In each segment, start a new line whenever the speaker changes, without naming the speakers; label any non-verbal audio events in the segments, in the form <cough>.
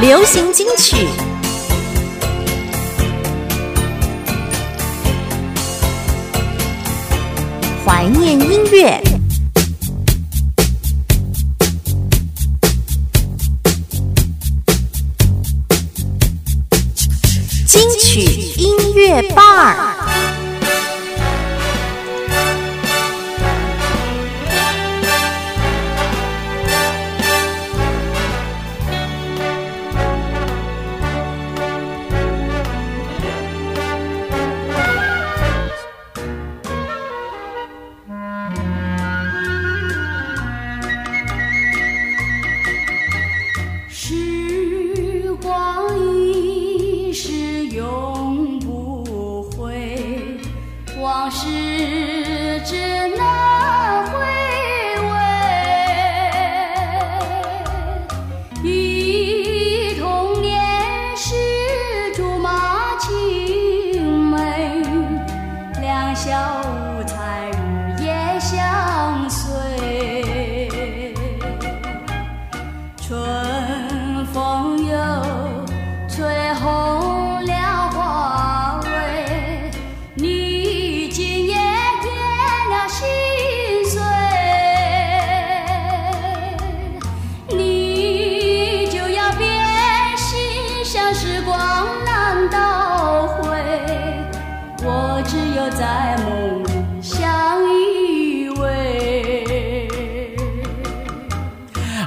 流行金曲。怀念音乐，金曲音乐伴儿。
时光一逝永不回，往事只能回味。忆童年时竹马青梅，两小无猜日夜相随。春风又吹红了花蕊，你今夜点了心碎，你就要变心，像时光难倒回，我只有在梦里相依偎。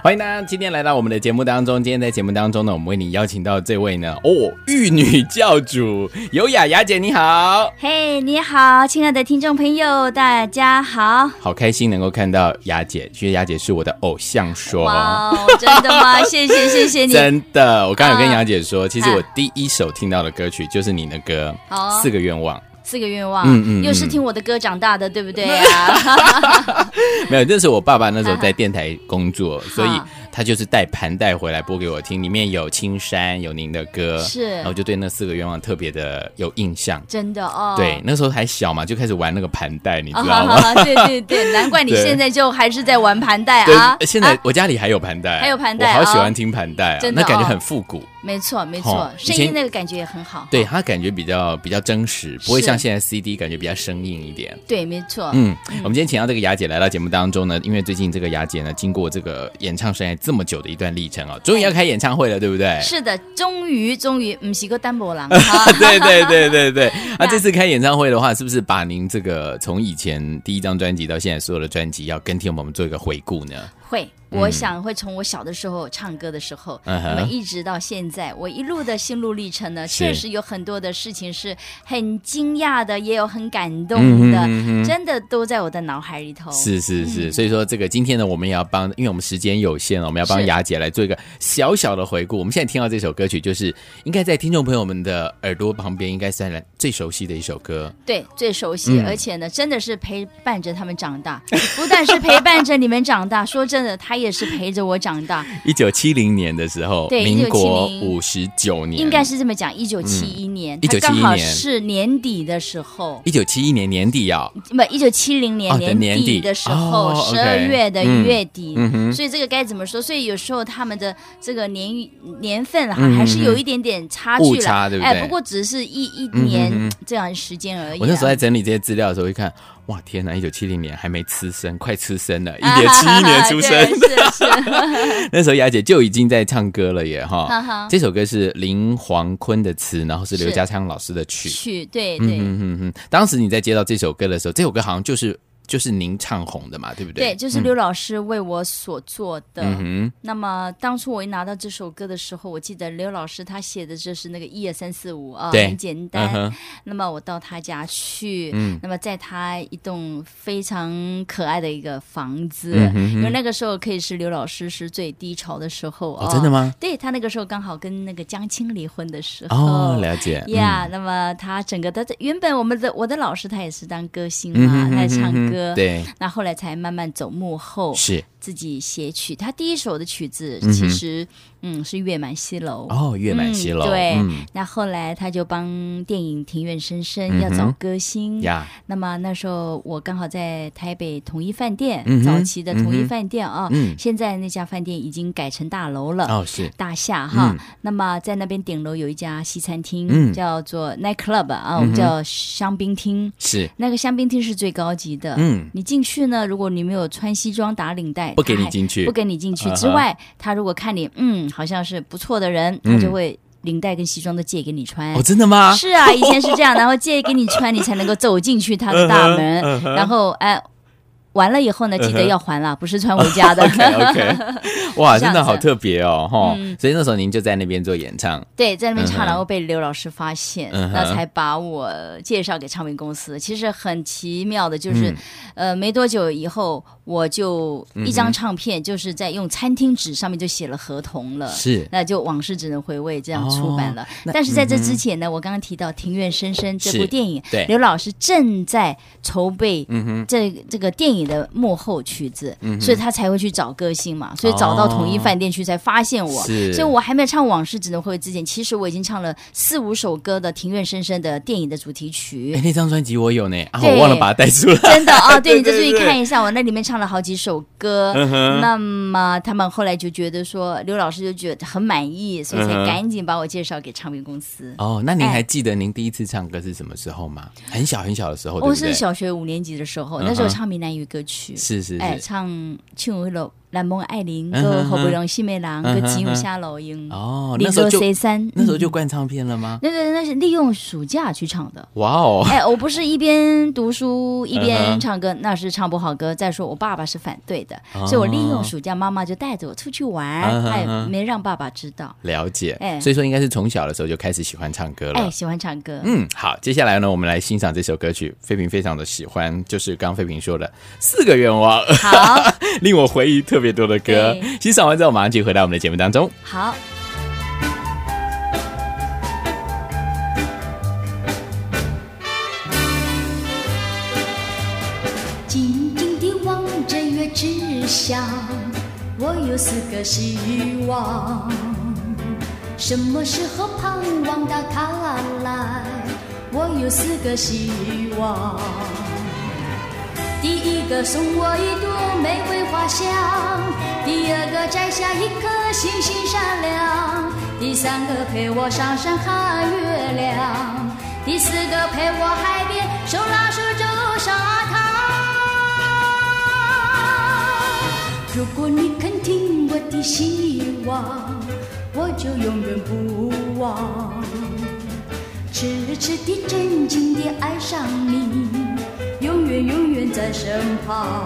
欢迎大家今天来到我们的节目当中。今天在节目当中呢，我们为你邀请到这位呢，哦，玉女教主尤雅雅姐，你好，
嘿你好，亲爱的听众朋友，大家好。
好开心能够看到雅姐，其实雅姐是我的偶像说。
哇哦，真的
<laughs>
吗？谢谢，谢谢你。
真的，我刚刚有跟
啊
雅姐说，其实
啊
我第一首听到的歌曲就是你的歌
哦
《四个愿望》。
四个愿望，
嗯嗯嗯
又是听我的歌长大的，对不对啊？ <laughs>
没有，这是我爸爸那时候在电台工
啊
作，所以
好
他就是带盘带回来播给我听，里面有青山，有您的歌，
是
然后就对那四个愿望特别的有印象。
真的哦。
对，。那时候还小嘛，就开始玩那个盘带，你知
啊，
道
好
吗？
好，对对对，难怪你
对
现在就还是在玩盘带
<laughs> 对
啊，。
现在
啊
我家里还有盘带，
还有盘带
我好喜
哦
欢听盘带啊，
真的
那感觉
哦
很复古。
没错没
哦
错，
以
声
前
音那个感觉也很好。
对，它感觉比较比较真实，不会
是哦
像现在 CD 感觉比较生硬一点。
对，没错。
嗯，我们今天请到这个雅姐来到节目当中呢，因为最近这个雅姐呢，经过这个演唱生涯这么久的一段历程哦，终于要开演唱会了，对不对？
是 <laughs> 的，终于终于，唔是个单薄狼哈。
<laughs> 对对对对对，那
那
这次开演唱会的话，是不是把您这个从以前第一张专辑到现在所有的专辑，要跟听友们做一个回顾呢？
会，我想会从我小的时候唱歌的时候，
嗯哼
那么一直到现在，我一路的心路历程呢，
是
确实有很多的事情是很惊讶的，也有很感动的，真的都在我的脑海里头。
是是
嗯
是，所以说这个今天呢，我们也要帮，因为我们时间有限哦，我们要帮
是
雅姐来做一个小小的回顾。我们现在听到这首歌曲，就是应该在听众朋友们的耳朵旁边，应该算来最熟悉的一首歌。
对，最熟悉，而且呢，真的是陪伴着他们长大，不但是陪伴着你们长 <laughs> 大，说真的，他也是陪着我长大，
一九七零年的时候，
对
民国
1970
五十九年，
应该是这么讲。一九七嗯一年，他
1971
刚好
年
是年底的时候，
一九七一年年底啊、
不，一九七零
哦
年
的年
年
底
底的时候，
哦
十二
OK
月的
嗯
月底，
嗯哼
所以这个该怎么说？所以有时候他们的这个年年份哈、
嗯
还是有一点点差
误
距
差
了，
对不对
哎，不过只是一一年这样时间而已啊、
我那时候在整理这些资料的时候，一看，哇，天哪！一九七零年还没吃生，快吃生了，一九七一年出生，
啊 <laughs> 对啊是是，
那时候雅姐就已经在唱歌了耶，
哈
哈。
哈，
这首歌是林黄坤的词，然后是刘
是
家昌老师的 <laughs> 曲。
曲对
嗯
对。
嗯嗯嗯，当时你在接到这首歌的时候，这首歌好像就是就是您唱红的嘛，对不对？
对，就是刘老师为我所做的。
嗯
那么当初我一拿到这首歌的时候，我记得刘老师他写的就是那个一二三四五啊，
对
很简
嗯
单。
哼，
那么我到他家去，
嗯
那么在他一栋非常可爱的一个房子，
嗯
因为那个时候可以是刘老师是最低潮的时候啊
哦真的吗？
对他那个时候刚好跟那个江青离婚的时候。
哦，了解。嗯
呀那么他整个的原本我们的我的
啊
老师他也是当歌星嘛，
嗯哼
他也
嗯
唱
哼
歌，
对，
那后来才慢慢走幕后，
是
自己写曲。他第一首的曲子其实嗯是《月满西楼》
哦，月满西楼，
嗯对，
嗯
那后来他就帮电影《庭院深深》要找歌星。
呀，
那么那时候我刚好在台北统一饭店，
嗯哼
早期的统一
嗯哼
饭店啊，
嗯
现在那家饭店已经改成大楼了。
哦是，
大厦哈，
嗯
那么在那边顶楼有一家西餐厅，
嗯
叫做 night club 啊，我们叫香槟厅。
是，
那个香槟厅是最高级的，
嗯，
你进去呢，如果你没有穿西装打领带，
不给
他
你
还
进去
不给你进去
啊哈
之外，他如果看你嗯好像是不错的人，他
嗯
就会领带跟西装都借给你穿
哦，。真的吗？
嗯是啊，以前是这样，然后借给你穿，你才能够走进去他的大门。然后哎，完了以后呢，记得要还啦，不是穿回家的。
<laughs> OK OK，哇，
<laughs> 是这样
真的好
子
特别哦，哈、
嗯
所以那时候您就在那边做演唱，
对，在那边
嗯哼
唱，然后被刘老师发现，
嗯哼
那才把我介绍给唱片公司。其实很奇妙的，就是、
嗯
呃，没多久以后，我就一张唱片，就是在用餐厅纸上面就写了合同了。
是哦
那就往事只能回味，这样出版了。
那
但是在这之前呢，我刚刚提到《庭院深深》这部
是
电影，
对嗯
刘老师正在筹备这、这个电影的幕后曲子，所以他才会去找歌星嘛，所以找到统一饭店去才发现我，
哦是
所以我还没有唱《往事只能回味》之前，其实我已经唱了四五首歌的《庭院深深》的电影的主题曲。
哎、那张专辑我有呢，啊，
对
我忘了把它带出来，
真的哦，对你
对
这
对
注意
对嗯
看一下，我那里面唱了好几首歌。那么他们后来就觉得说，刘老师就觉得很满意，所以才
嗯哼
赶紧把我介绍给唱片公司。
<laughs> 哦，那您
哎
还记得您第一次唱歌是什么时候吗？很小很小的时候，对
我
不对？
是小学五年级的时候，
嗯哼
那时候唱闽南语歌曲，
是是是
哎，唱《唱为了蓝梦爱玲》
嗯
歌
哼
《好不容易西梅郎》
嗯哼
歌《吉如下老鹰》
哦，
利
那时候
落
就
C 三，
那时候
嗯
就灌唱片了吗？
那个那是利用暑假去唱的。
<laughs> 哇哦，
<laughs> 哎，我不是一边读书一
嗯哼
边唱歌，那是唱不好歌。再说我爸爸是反对的，
啊
所以我利用暑假，妈妈就带着我出去玩，
嗯哼
哎，没让爸爸知道。
了解，
哎
所以说应该是从小的时候就开始喜欢唱歌了。
哎，喜欢唱歌，
嗯，好，接下来呢，我们来欣赏这首歌曲，费平非常的喜欢，就是刚刚费平说的四个愿望，
好
<laughs> 令我回忆特别多的歌
对。
欣赏完之后，马上就回到我们的节目当中。
好， <laughs>
静静地望着月之下，我有四个希望。什么时候盼望到它来？我有四个希望。第一个送我一朵玫瑰花香，第二个摘下一颗星星闪亮，第三个陪我上山看月亮，第四个陪我海边手拉手走沙滩。如果你肯听我的希望，我就永远不忘。痴痴地、真情地爱上你，永远永远在身旁。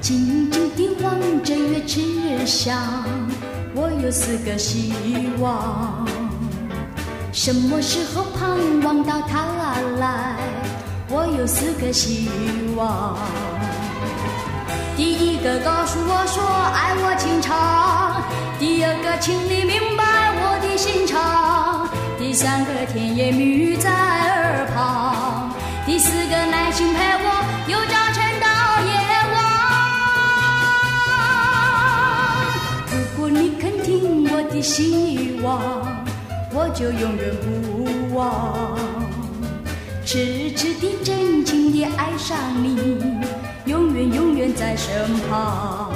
静静地望着月之下，我有四个希望。什么时候盼望到它来？我有四个希望。第一个告诉我说爱我情长，第二个请你明白我的心肠，第三个甜言蜜语在耳旁，第四个耐心陪我由早晨到夜晚。如果你肯听我的希望，我就永远不忘。痴痴地、真情地爱上你，永远永远在身旁。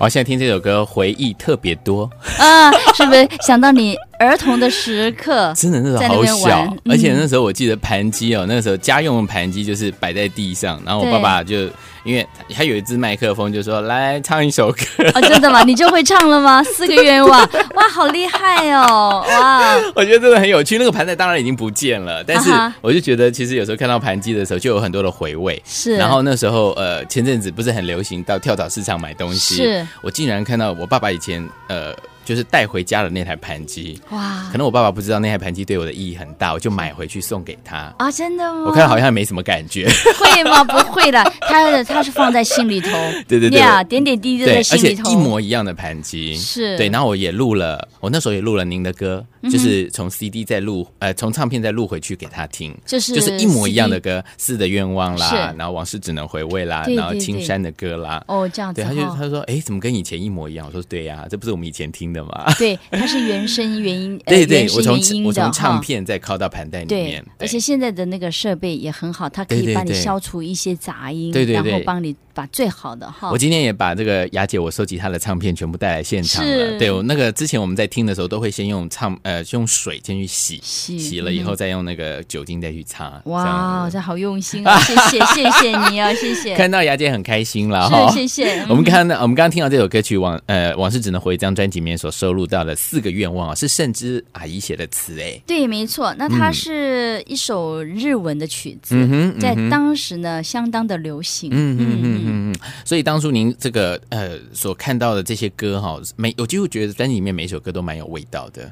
我、现在听这首歌，回忆特别多，
啊，是不是想到你儿童的时刻？
<laughs> 真的那时
在
候
那
好
边
小
玩，嗯
而且那时候我记得盘机哦，那时候家用的盘机就是摆在地上，然后我
对
爸爸就因为他有一支麦克风，就说来唱一首歌，
哦，真的吗？ <laughs> 你就会唱了吗？四个愿望， <laughs> 哇，好厉害哦，哇，
<laughs> 我觉得真的很有趣。那个盘带当然已经不见了，但是
啊哈
我就觉得其实有时候看到盘机的时候，就有很多的回味。
是
然后那时候呃，前阵子不是很流行到跳蚤市场买东西，
是
我竟然看到我爸爸以前呃，就是带回家的那台盘机。
哇
可能我爸爸不知道那台盘机对我的意义很大，我就买回去送给他。
啊，真的吗？
我看到好像没什么感觉， <laughs>
会吗？不会的，他他是放在心里头，
对 <laughs> 对对
呀，点点滴滴都
对，
在
而
心
且
里头，
一模一样的盘机，
是嗯
对。然后我也录了，我那时候也录了您的歌，就是从 CD 再录，呃，从唱片再录回去给他听，
就是
就是一模一样的歌，《四的愿望》
是
啦，然后《往事只能回味》啦，
对
然后《
对
青
对
山的歌》啦。
哦，这样子
对，他就
哈。
他就说，哎，怎么跟以前一模一样？我说，对呀、这不是我们以前听的吗？
对，它是原声原
<laughs>
音，呃
对对
原，声
我从
原音
我
的哈
从唱片再拷到盘带里
对
面，，
而且现在的那个设备也很好，它可
对对
以帮你
对
消除一些杂音，
对对对
然后帮你把最好的哈
我。今天也把这个雅姐我收集她的唱片全部带来现场了。
是
对，我那个之前我们在听的时候，都会先用唱呃用水先去洗，
洗
了以后再用那个酒精再去擦。这
哇，
样
这好用心啊！谢谢谢谢你
<laughs>
啊，谢
子
谢，
看到雅姐很开心了哈。
是谢
<laughs>
谢。嗯
我们看到，我们刚刚听到这首歌曲《往呃往事只能回》这张专辑里面所收录到的四个愿望啊，是盛之阿姨写的词哎。
对，没错，那它是一首日文的曲子，
嗯哼
在当时呢相当的流行。
嗯嗯嗯嗯嗯，所以当初您这个呃所看到的这些歌哈，每我几乎觉得专辑里面每一首歌都蛮有味道的。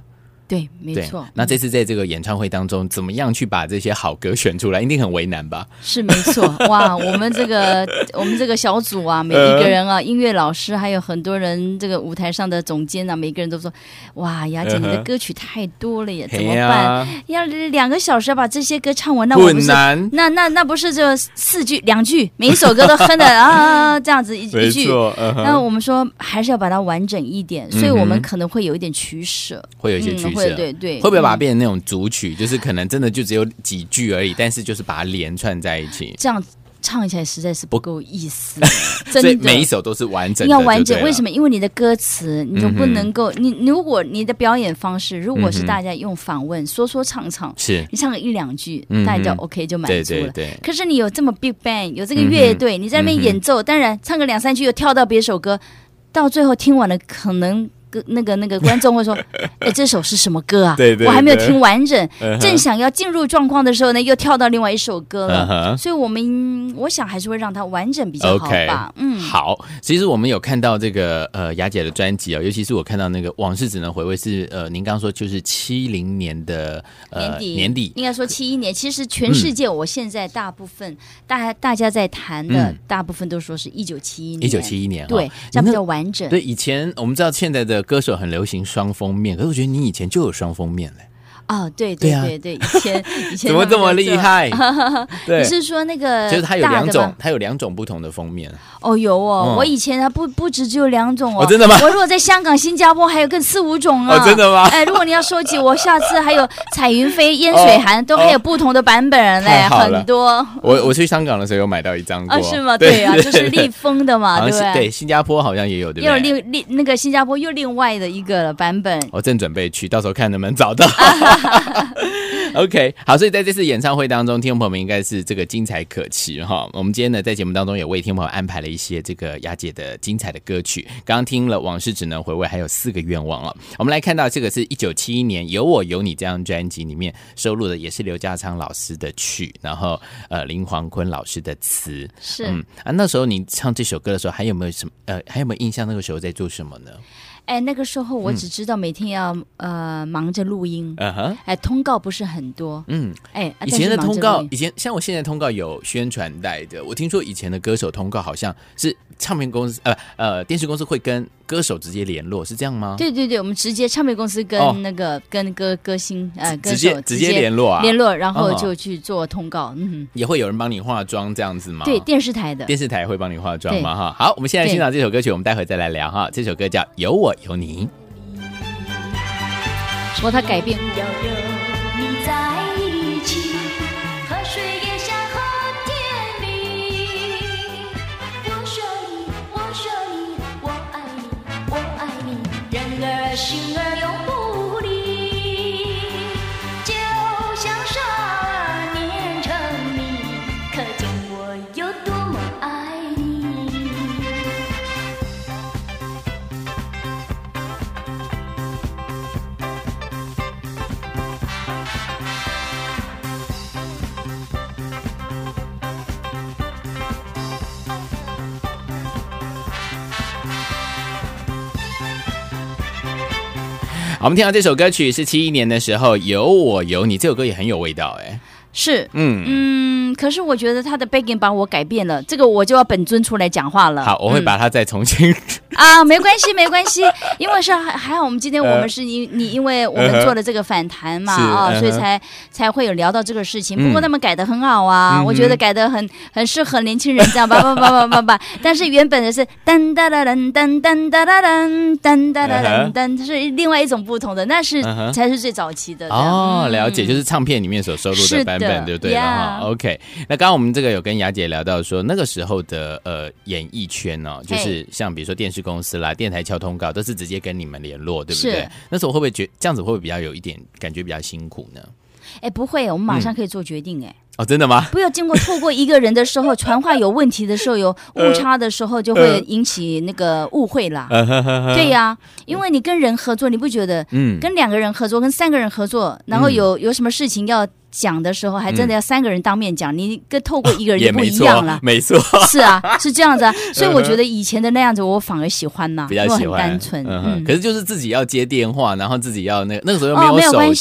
对，没
对
错，，嗯
那这次在这个演唱会当中，怎么样去把这些好歌选出来，一定很为难吧？
是没
<laughs>
错。哇，我们这个我们这个小组
嗯
啊，每一个人啊，音乐老师还有很多人，这个舞台上的总监啊，每个人都说：“哇，雅姐，你
嗯
的
哼
歌曲太多了耶，怎么
嘿呀
办？要两个小时把这些歌唱完，那我不
困
是
难，
那那那不是就四句两句，每一首歌都哼
<laughs>
的啊啊啊这样子一一句。
嗯哼
那我们说还是要把它完整一点，所以我们可能会有一点取舍，
会有一些取
嗯
舍
会，对对，
会不会把它
嗯
变成那种组曲，就是可能真的就只有几句而已，但是就是把它连串在一起，
这样唱起来实在是不够意
<laughs>
思，真
所
的
以。每一首都是完整的，
要完整
就对，了
为什？么？因为你的歌词，你就不
嗯哼
能够，你如果你的表演方式，如果
嗯
是
哼
大家用访问、说说唱唱，
是，
你唱个一两句，
嗯哼
大家就 OK 就满
对
足
对
了。
对，嗯
可是你有这么 big band，有这个乐队，你在那边演奏，当然唱个两三句又跳到别首歌，到最后听完了，可能跟那个那个观众会
<laughs>
说：“哎，这首是什么歌啊？
对对
我还没有
对
听完整。
嗯哼
正想要进入状况的时候呢，又跳到另外一首歌了。
嗯哼
所以我们我想还是会让它完整比较好
OK，
吧。嗯，
好，其实我们有看到这个呃雅姐的专辑哦，尤其是我看到那个《往事只能回味》是呃您刚刚说就是七零年的呃
年底、
年底
应该说七一年。其实全世界，我现在大部分、大大家在谈的，
嗯
大部分都说是一九七一年。
一九七一年哈，
对，这样比较完整。
对，以前我们知道现在的歌手很流行双封面，可是我觉得你以前就有双封面嘞，
哦，对
对啊
对对，以
<laughs>
前以前
怎么
他们
这么
都
厉
做？
害？对
你，是说那个
就是它有
大
两
的
种
吗？，
它有两种不同的封面。
哦，有哦
嗯，
我以前它不不止只有两种哦
哦，真的吗
我如果在香港、新加坡还有更四五种啊，
<laughs> 哦真的吗
<laughs> 哎，如果你要收集，我下次还有彩云飞、烟水
<laughs>
寒，都还有不同的版本嘞
哦太，好了
很多
我我去香港的时候有买到一张过，
啊，是吗？对啊，就是立丰的嘛，
好像
对不
是对？新加坡好像也有，对
又有
不对？
另另那个新加坡又另外的一个版本，
我正准备去，到时候看能不能找到。OK，好，所以在这次演唱会当中，听众朋友们应该是这个精彩可期哈。我们今天呢，在节目当中也为听众朋友安排了一些这个雅姐的精彩的歌曲。刚刚听了《往事只能回味》，还有四个愿望了。我们来看到这个是一九七一年《有我有你》这张专辑里面收录的，也是刘家昌老师的曲，然后呃林黄坤老师的词。
是。
嗯啊，那时候你唱这首歌的时候，还有没有什么呃，还有没有印象？那个时候在做什么呢？
哎，那个时候我只知道每天要呃忙着录音，
嗯哼。
哎，通告不是很多，
嗯，
哎，啊
以前的
但是忙
通
着
告
录，音
以前像我现在通告有宣传带的，我听说以前的歌手通告好像是唱片公司呃呃电视公司会跟歌手直接联络，是这样吗？
对对对，我们直接唱片公司
哦
跟那个、跟歌歌星呃歌
直
手
接直接联络啊，
联络，然后
哦
就去做通告。嗯，
也会有人帮你化妆这样子吗？
对，电视台的。
哦电视台会帮你化妆吗？哈，好，我们现在欣赏这首歌曲，我们待会再来聊哈。这首歌叫《有我有你》。
说他改变
要有你在一起，河水也像很甜蜜。我说你，我说你，我爱你，我爱你，人儿心儿永不离。就像少儿年成迷，可见我有多么爱你。
好，我们听到这首歌曲是七一年的时候，《有我有你》，这首歌也很有味道哎、
是，
嗯，
嗯，可是我觉得他的 begging 把我改变了，这个我就要本尊出来讲话了。
好，我会
嗯
把它再重新。
啊，没关系，没关系，因为是还还好，我们今天我
呃嗯
们是因你因为我们做了这个反弹嘛
是
啊，所以
嗯哼
才才会有聊到这个事情。
嗯
不过他们改的很好啊，我觉得改的很很适合年轻人这样叭叭叭叭叭叭。但是原本的是噔哒哒噔噔噔哒哒噔噔哒哒
嗯哼
噔噔，是另外一种不同的，那是
嗯哼
才是最早期的。
哦，
嗯
了解，就是唱片里面所收录
是
的
的
版本，对不对了哈
yeah
？OK，那刚刚我们这个有跟雅姐聊到说，那个时候的呃演艺圈哦，就是像比如说电视公司啦、电台敲通告，都是直接跟你们联络，对不对
是？
那时候会不会觉这样子会不会比较有一点感觉比较辛苦呢？
哎，不会，我们
嗯
马上可以做决定哎。
哦，真的吗？
不要经过透过一个人的时候，传话有问题的时候，有误差的时候，就
呃
会引起那个误会啦。对呀、因为你跟人合作，你不觉得
嗯，
跟两个人合作，跟三个人合作，然后有有什么事情要讲的时候，还真的要三个人当面讲，你跟透过一个人
嗯也
就不
没
一
错
样
<laughs>
了，。
没错。
是啊，是这样子啊，所以我觉得以前的那样子，我反而喜欢呐、
比
因
较
为
喜
很
欢，
单纯。
嗯哼
嗯
可，是就是自己要接电话，然后自己要那个那个时候又
哦没有
手
关
机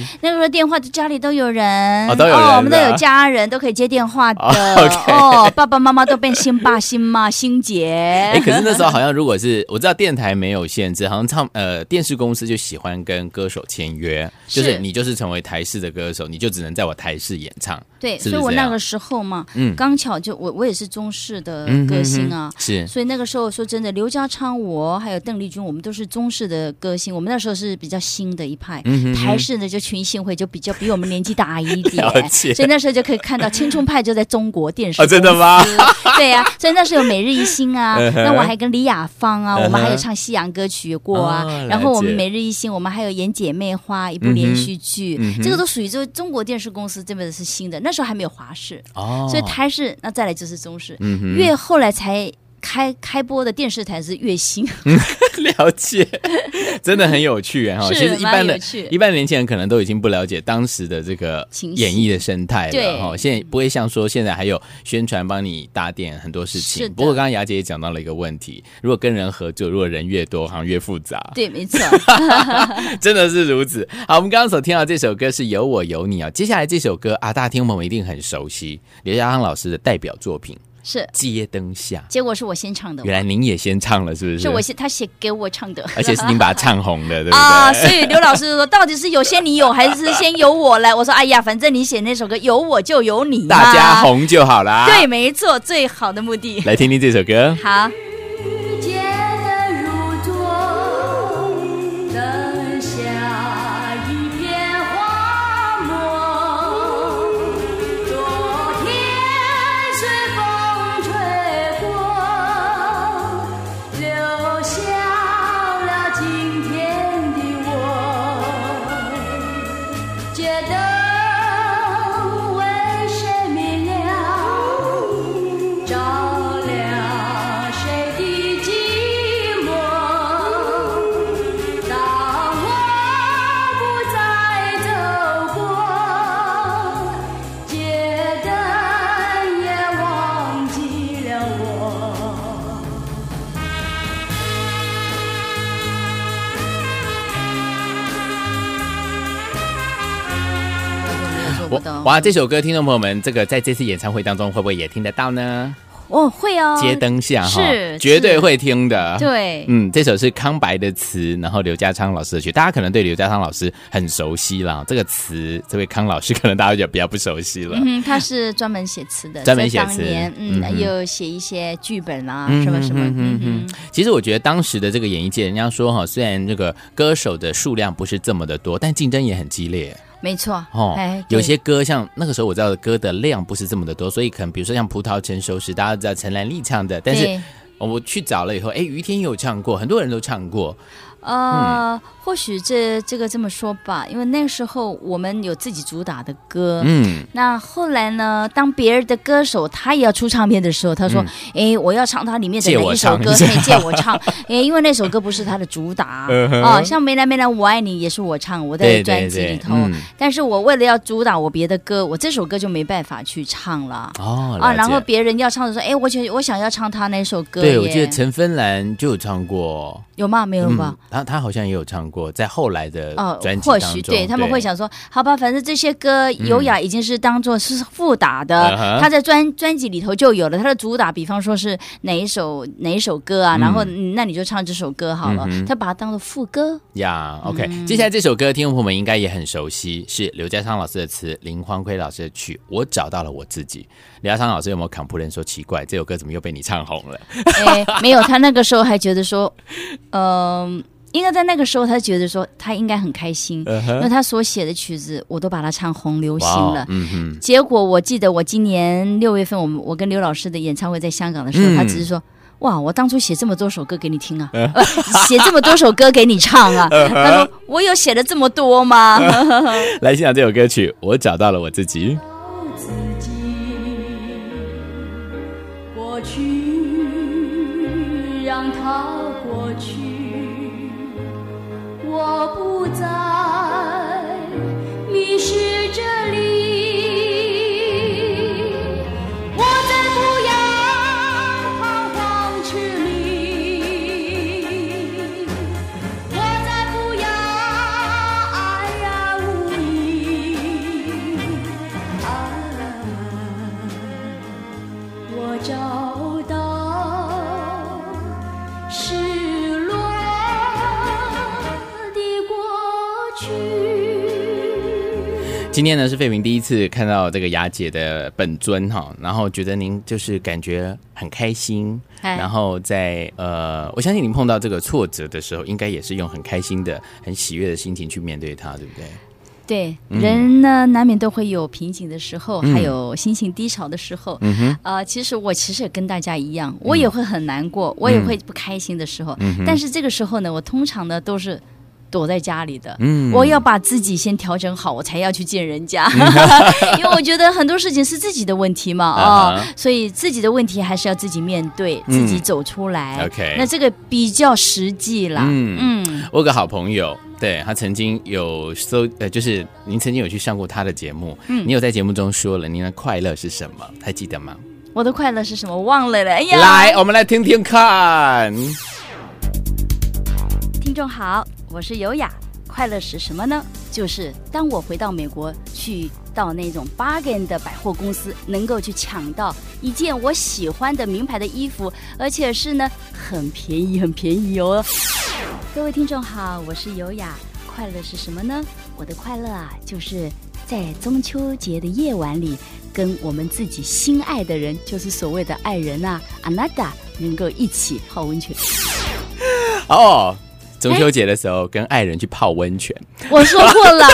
系，那个时候电话家里都有人，
哦都有人
我们都
是吧
有家人，都可以接电话的。
<laughs> 哦，OK
哦，爸爸妈妈都变新爸、新妈、新姐。
哎、可是那时候好像如果是我知道电台没有限制，好像唱呃电视公司就喜欢跟歌手签约，就是
是
你就是成为台式的歌手，你就只能在我台式演唱。
对，
是不是
所以我
这样
那个时候嘛，
嗯
刚巧就我我也是中式的
嗯哼
歌星啊。
哼是
所以那个时候说真的，刘家昌我还有邓丽君，我们都是中式的歌星，我们那时候是比较新的一派，
嗯
台式呢就群星会就比较比我们年纪大一
<laughs> 了
点，
解
所以那时候就可以看到青春派就在中国电视
啊，真的吗？
<laughs> 对呀、所以那时候有每日一星啊，
<laughs> 嗯哼
那我还跟李雅芳啊，
嗯哼
我们还有唱西洋歌曲过啊，
哦
然后我们
了解
每日一星，我们还有演姐妹花一部
哼
连续剧，
嗯哼
这个都属于就是中国电视公司这边是新的，那时候还没有华视，
哦，
所以台视那再来就是中视，
嗯哼
越后来才。开开播的电视台是月星，
<laughs> 了解，真的很有趣哈。
是
其实一般
蛮
的
有趣
一般的年轻人可能都已经不了解当时的这个
情
演
形
艺的生态了
对
哈。现在不会像说现在还有宣传帮你打点很多事情
是。的
不过刚刚雅姐也讲到了一个问题，如果跟人合作，如果人越多，好像越复杂。
<laughs> 对，没错，
<laughs> 真的是如此。好，我们刚刚所听到这首歌是《有我有你》啊、接下来这首歌啊，大家听我们一定很熟悉，刘家康老师的代表作品
是
《街灯下
结果是我先唱的》。，
原来您也先唱了，是不是？
是我先他写给我唱的，
而且是您把它唱红的，对不对？
啊，所以刘老师就说，到底是有先你有，还是先有我来？我说，哎呀，反正你写那首歌有我就有你嘛，
大家红就好啦。
对，，没错，最好的目的。
来听听这首歌。
好，
街灯如钟，灯下一片花梦。昨天随风吹过，留下了今天的我。街灯为谁明亮？照亮谁的寂寞？当我不再走过，街灯也忘记了我。
没有做不到。
哇，这首歌听众朋友们，这个在这次演唱会当中会不会也听得到呢？
哦，会哦，
街灯下哈
是，
绝对
是
会听的。
对，
嗯，这首是康白的词，然后刘家昌老师的曲，大家可能对刘家昌老师很熟悉啦。这个词，这位康老师可能大家就比较不熟悉了。
嗯，他是专门写词的，
专门
在
写
当
词
年，
嗯哼
嗯，有写一些剧本啊，什么什么，嗯哼，
其实我觉得当时的这个演艺界，人家说哈，虽然这个歌手的数量不是这么的多，但竞争也很激烈
没错，
哦
哎，。
有
对
些歌像那个时候我知道的歌的量不是这么的多，所以可能比如说像《葡萄成熟时》，大家知道陈兰丽唱的，但是
对
我去找了以后，哎，于天佑唱过，很多人都唱过，
呃，或许这这个这么说吧，因为那时候我们有自己主打的歌，
嗯，
那后来呢？当别人的歌手他也要出唱片的时候，他说：“哎、我要唱他里面的
嗯借
哪
我
一首
唱一
歌，
下
嘿借我
<laughs>
唱。哎，因为那首歌不是他的主打
嗯哼
啊，像《梅兰梅兰我爱你》也是我唱，我在
对
专
对
辑里
对，
头。
嗯，
但是我为了要主打我别的歌，我这首歌就没办法去唱了。
哦，
啊，
了
然后
解
别人要唱的时候，哎，我想我想要唱他那首歌耶，
对，我记得陈芬兰就有唱过。
有吗？没有吧？
嗯他他好像也有唱过，在后来的
哦
专，辑
或
当中，
许对他们会想说，好吧，反正这些歌优雅已经是当做是副打
嗯
的
哼，
他在专专辑里头就有了他的主打，比方说是哪一首哪一首歌啊，然后嗯那你就唱这首歌
嗯
好了，他把它当做副歌，
呀、o
嗯
k 接下来这首歌听众朋友们应该也很熟悉，是刘家昌老师的词，林欢辉老师的曲，《我找到了我自己》。刘家昌老师有没有 complain 说奇怪，这首歌怎么又被你唱红了？
哎，没有，他那个时候还觉得说，嗯。应该在那个时候，他觉得说他应该很开心，
嗯
因为他所写的曲子我都把它唱红流行
哦
了。
嗯哼，
结果我记得我今年六月份，我们我跟刘老师的演唱会在香港的时候，
嗯
他只是说。哇！我当初写这么多首歌给你听
<laughs>
啊，呃写这么多首歌给你唱啊。
嗯
他说我有写了这么多
<laughs>
吗？ <laughs>
来欣赏这首歌曲《我找到了我自己》。
自己，过去让它过去，我不再迷失这里，我再不要彷徨吃力。我再不要安然无恙，啊，我找到失落的过去。
今天呢是费平第一次看到这个雅姐的本尊哈，然后觉得您就是感觉很开心，
哎
然后在呃，我相信您碰到这个挫折的时候，应该也是用很开心的、很喜悦的心情去面对它，对不对？
对，人呢难免都会有瓶颈的时候，还有心情低潮的时候。嗯哼，嗯呃，其实我其实也跟大家一样，我也会很难过，我也会不开心的时候。但是这个时候呢，我通常呢都是。躲在家里的，嗯，我要把自己先调整好，我才要去见人家， <laughs> 因为我觉得很多事情是自己的问题 <laughs> 嘛，
啊
哦
哈，
所以自己的问题还是要自己面对，自己走出来。
OK
那这个比较实际啦，嗯
我有个好朋友，对他曾经有搜，呃，就是您曾经有去上过他的节目，嗯，你有在节目中说了您的快乐是什么，还记得吗？
我的快乐是什么？我忘了嘞，哎呀，
来，我们来听
<laughs>
听看。
听众好，我是尤雅。快乐是什么呢？就是当我回到美国，去到那种 bargain 的百货公司，能够去抢到一件我喜欢的名牌的衣服，而且是呢很便宜，很便宜哦。各位听众好，我是尤雅。快乐是什么呢？我的快乐啊，就是在中秋节的夜晚里，跟我们自己心爱的人，就是所谓的爱人啊，a n a d a 能够一起泡温泉。
哦，中秋节的时候跟爱人去泡温泉，
我说过
<laughs>
了，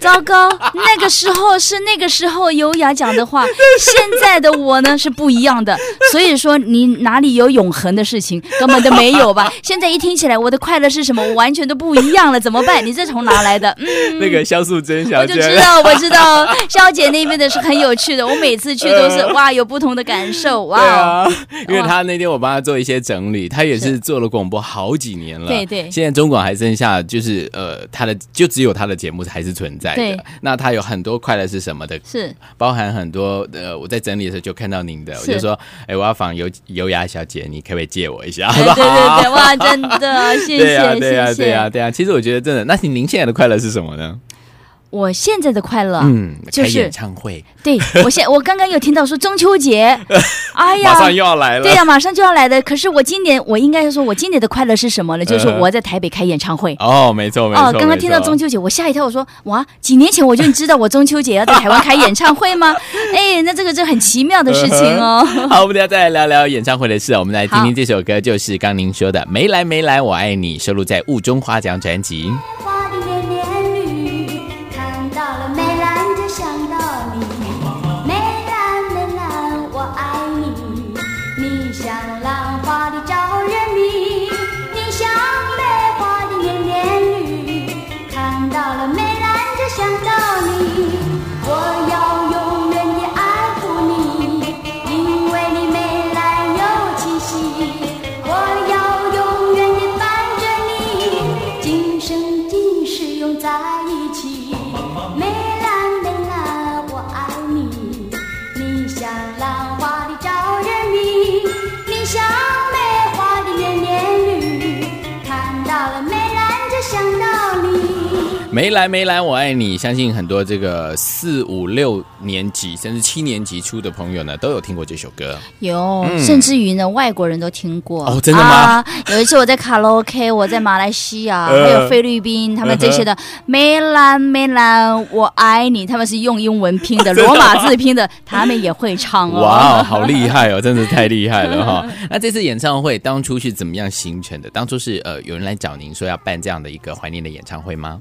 糟糕，那个时候是那个时候优雅讲的
<laughs>
话，现在的我呢是不一样的。所以说，你哪里有永恒的事情，根本都没有
<laughs>
吧？现在一听起来，我的快乐是什么，我完全都不一样了，怎么办？你这从哪来的？嗯。
那个肖素贞小
我就
姐，
知道，我知道，肖姐那边的是很有趣的。我每次去都是
呃
哇，有不同的感受哇。哦
对啊， <laughs> 因为他那天我帮他做一些整理，他也是做了广播好几年了。
对对
现在中广还剩下就是呃，他的就只有他的节目还是存在
对
的。那他有很多快乐是什么的，
是
包含很多呃，我在整理的时候就看到您的，我
是
就说，哎，我要访尤尤雅小姐，你可不可以借我一下？
对对对对，哇，真的， <laughs> 谢
<laughs> 对呀，
谢
对呀，
谢
对啊呀，
谢。
对呀。其实我觉得真的，那您您现在的快乐是什么呢？
我现在的快乐，
嗯，
就
开
是
演唱会，
<laughs> 对我现我刚刚有听到说中秋
<laughs>
节，哎呀，
马上又要来了
对。啊呀、马上就要来的。可是我今年，我应该说，我今年的快乐是什么呢？就是
嗯
我在台北开演唱会。
哦，没错，没错。
哦，刚刚听到
没错
中秋节，我吓一跳，我说哇，几年前我就知道我中秋节要在台湾开演唱会吗？ <laughs> 哎，那这个就很奇妙的事情
<laughs>
哦。
好，我们等一下再来聊聊演唱会的事。哦我们来听
好
听这首歌，就是刚您说的《没来没来我爱你》，收录在《雾中花奖》专辑。
花的恋恋绿，看到了梅兰就想到你，梅兰梅兰我爱你，你像兰花的招人迷，你像梅花的恋恋绿，看到了梅兰就想到你，我要永远的爱护你，因为你梅兰有气息，我要永远的伴着你，今生今世永在一起。梅兰梅兰，啊我爱你，你像兰花的招人迷，你像梅花的恋恋绿，看到了梅兰。
梅兰梅兰我爱你，相信很多这个四五六年级甚至七年级初的朋友呢，都有听过这首歌。
有，甚至于呢，外国人都听过
嗯哦真的吗
啊？有一次我在卡拉 OK，我在马来西亚，
呃
还有菲律宾，他们这些的“梅兰梅兰，我爱你”，他们是用英文拼
<laughs>
的，罗马字拼的，他们也会唱哦。
哇哦，好厉害哦，真的太厉害了哈、那这次演唱会当初是怎么样形成的？当初是呃有人来找您说要办这样的一个怀念的演唱会吗？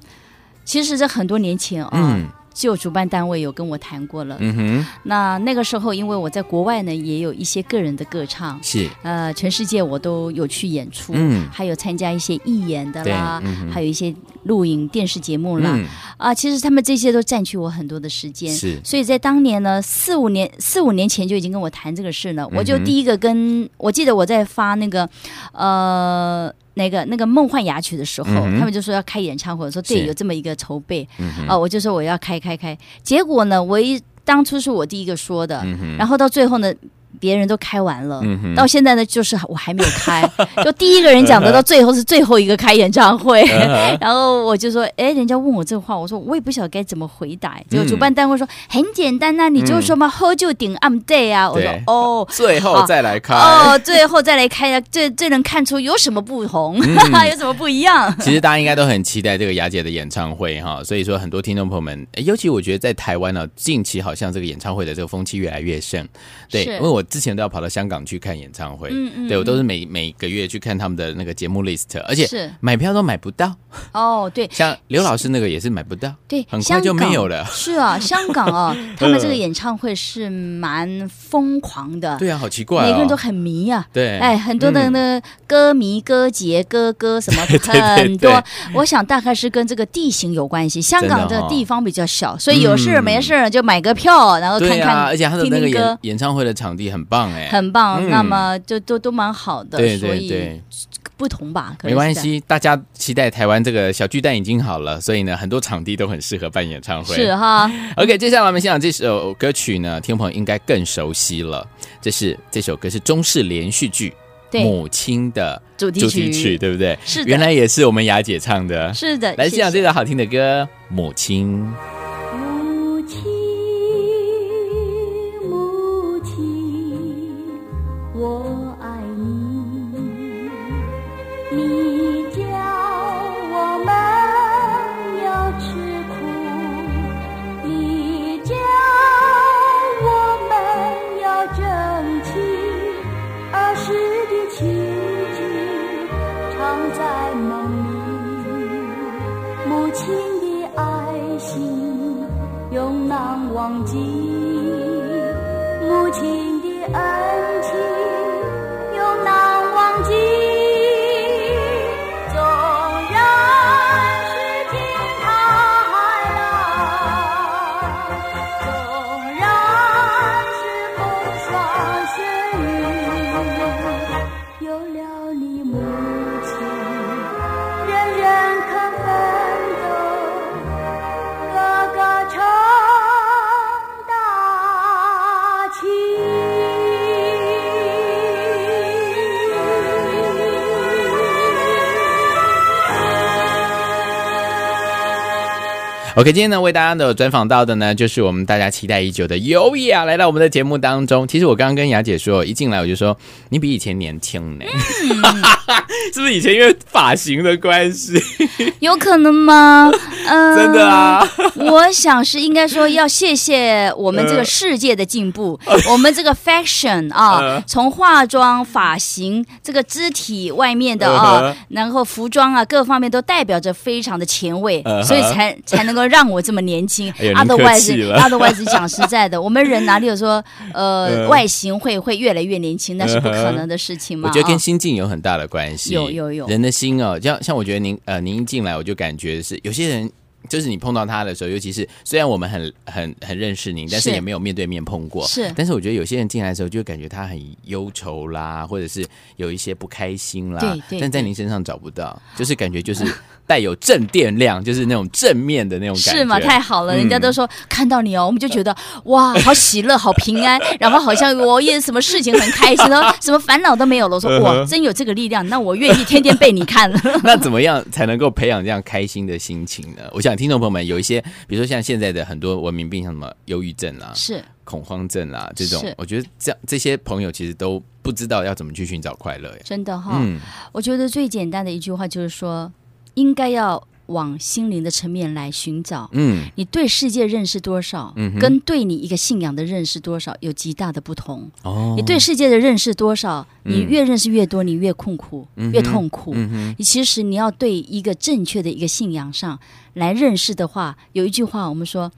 其实这很多年前啊、
嗯
就主办单位有跟我谈过了。
嗯哼，
那那个时候，因为我在国外呢，也有一些个人的歌唱，
是
呃，全世界我都有去演出，
嗯
还有参加一些义演的啦，
对嗯哼
还有一些录影电视节目啦，
嗯
啊，其实他们这些都占据我很多的时间，
是
所以在当年呢，四五年四五年前就已经跟我谈这个事
嗯
了，我就第一个跟我记得我在发那个，呃。那个那个梦幻雅曲的时候，
嗯哼
他们就说要开演唱会，我说
是嗯
对，有这么一个筹备，啊、我就说我要开开开。结果呢，我一当初是我第一个说的，然后到最后呢，别人都开完了，
嗯哼
到现在呢，就是我还没有开， <laughs> 就第一个人讲的，到最后是最后一个开演唱会，
嗯
<laughs> 然后我就说，哎，人家问我这话，我说我也不晓得该怎么回答，结果主办单位说很简单呐、你就说嘛，hold 就顶 I'm day 啊，我说
嗯对哎
哦。
最后再来开。
哦，最后再来开，最最能看出有什么不同，
嗯
<laughs> 有什么不一样。 <laughs>
其实大家应该都很期待这个雅姐的演唱会哈，所以说很多听众朋友们，诶尤其我觉得在台湾呢、近期好像这个演唱会的这个风气越来越盛，对，
是
因为我之前都要跑到香港去看演唱会，
嗯嗯
对我都是每每个月去看他们的那个节目 list，而且
是
买票都买不到，
哦，对
像刘老师那个也是买不到，
对，
很快
香
就
港
没有了
<laughs>
嗯
是啊，香港
<laughs>
啊，他们这个演唱会是蛮疯狂的，
对啊，好奇怪、哦，
每个人都很迷啊。
对，
哎，很多的
嗯
那个歌迷、歌节、歌歌什么
<laughs> 对对
很
对
多，我想大概是跟这个地形有关系。香港
真的
的
哦嗯
地方比较小，所以有事儿没事儿就买个票，然后看
对啊，
看
而且他的
听
那个
听
演
歌，
演唱会的场地很棒哎、
很棒。
嗯
那么就都都蛮好的，
对
所
对
以
对，
不同吧，可能是
没关
这样。
系，大家期待台湾这个小巨蛋已经好了，所以呢，很多场地都很适合办演唱会。
是哈，
OK，接下来我们欣赏这首歌曲呢，听众朋友应该更熟悉了。这是这首歌是中式连续剧《
对，
母亲》的
主题
主题
曲
曲，对不对？
是的
原来也是我们雅姐唱的。
是的，
来
谢
欣赏
谢
这首好听的歌《母亲》。
母亲，母亲，我爱你。你教我们要吃苦，你教我们要争气。儿时的情景常在梦里。母亲的爱心永难忘记，母亲的恩情永难忘记。纵然是天堂海浪，纵然是风霜雪雨，有了你母亲。人人肯奋斗，个个成大器。
OK，今天呢为大家的专访到的呢，就是我们大家期待已久的优雅来到我们的节目当中。其实我刚刚跟雅姐说，一进来我就说你比以前年轻呢，
嗯
<laughs> 是不是以前因为发型的关系？
有可能
<laughs>
吗？嗯，
真的啊。
我想是应该说要谢谢我们这个世界的进
<laughs>
步，我们这个 fashion
呃 <laughs>
啊，从化妆、发型、这个肢体外面的
呃呵
啊，然后服装啊各方面都代表着非常的前卫
呃呵，
所以才才能够让我这么年轻。
<laughs> 哎呀您客气
otherwise
了
otherwise 讲实在的，我们人哪里有说
呃
呃外形会会越来越年轻，那是不
呃呵
可能的事情嘛？
我觉得
啊
跟心境有很大的关系。
有有有
人的心哦，像像我觉得您呃，您一进来我就感觉是有些人。就是你碰到他的时候，尤其是虽然我们很很很认识您，但是
是
也没有面对面碰过。
是
但是我觉得有些人进来的时候，就会感觉他很忧愁啦，或者是有一些不开心啦。
对对
但在
对
您身上找不到，就是感觉就是。 <laughs> 带有正电量，就是那种正面的那种感觉。
是吗？太好了，人家
嗯
都说、看到你哦，我们就觉得哇，好喜乐，好平
<laughs>
安，然后好像我也什么事情很开心，然后什么烦恼都没有了。我说
嗯哼
哇，真有这个力量，那我愿意天天被你看了。
<laughs> 那怎么样才能够培养这样开心的心情呢？我想听众朋友们有一些，比如说像现在的很多文明病，像什么忧郁症啊、
是
恐慌症啊这种
是，
我觉得这样这些朋友其实都不知道要怎么去寻找快乐耶。
真的哈、
嗯，
我觉得最简单的一句话就是说，应该要往心灵的层面来寻找。
嗯，
你对世界认识多少，
嗯哼
跟对你一个信仰的认识多少有极大的不同。
哦，
你对世界的认识多少，
嗯
你越认识越多，你越痛苦，
嗯哼
越痛苦。
嗯哼，
你其实你要对一个正确的一个信仰上来认识的话，有一句话我们说，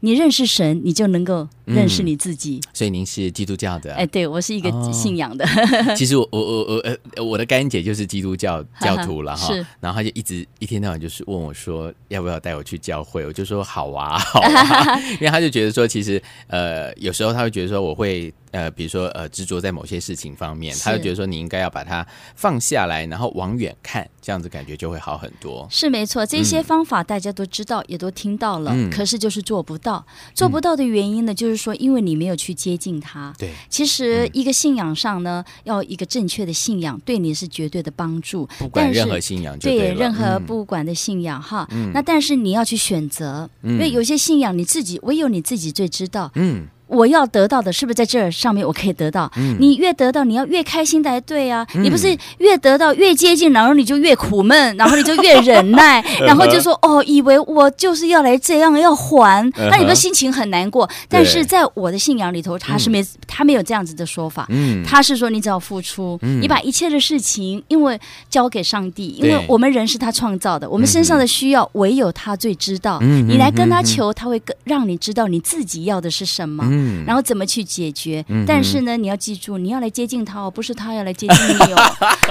你认识神，你就能够认
嗯
识你自己。
所以您是基督教的，
哎，对我是一个
哦
信仰的，
<laughs> 其实我我我我呃我的干姐就是基督教教徒了哈
<laughs> 是，
然后她就一直一天到晚就是问我说要不要带我去教会，我就说好啊 <laughs> 好
<laughs>
啊，因为她就觉得说其实呃有时候她会觉得说我会呃比如说呃执着在某些事情方面，
是
她就觉得说你应该要把它放下来，然后往远看，这样子感觉就会好很多。
是没错，这些方法大家都知道，也都听到了，
嗯
可是就是做不到。做不到的原因呢，就是说因为你没有去接近它。
对，
其
嗯
实一个信仰上呢，要一个正确的信仰，对你是绝对的帮助。
不管
但是
任何信仰就
对
了，
任何
嗯
不管的信仰哈，那但是你要去选择，因为有些信仰你自己唯有你自己最知道。
嗯
我要得到的是不是在这上面我可以得到？你越得到，你要越开心才对啊！
嗯
你不是越得到越接近，然后你就越苦闷，然后你就越忍
<laughs>
耐，
嗯
然后就说哦，以为我就是要来这样要还，
嗯哼
那你的心情很难过。但是
对
在我的信仰里头，他是没他没有这样子的说法，
嗯，
他是说你只要付出，你把一切的事情因为交给上帝，因为
对
我们人是他创造的，我们身上的需要唯有他最知道。
嗯
你来跟他
嗯嗯嗯
求，他会更让你知道你自己要的是什么。
嗯
然后怎么去解决？但是呢，你要记住，你要来接近他哦，不是他要来接近你
<laughs>
哦。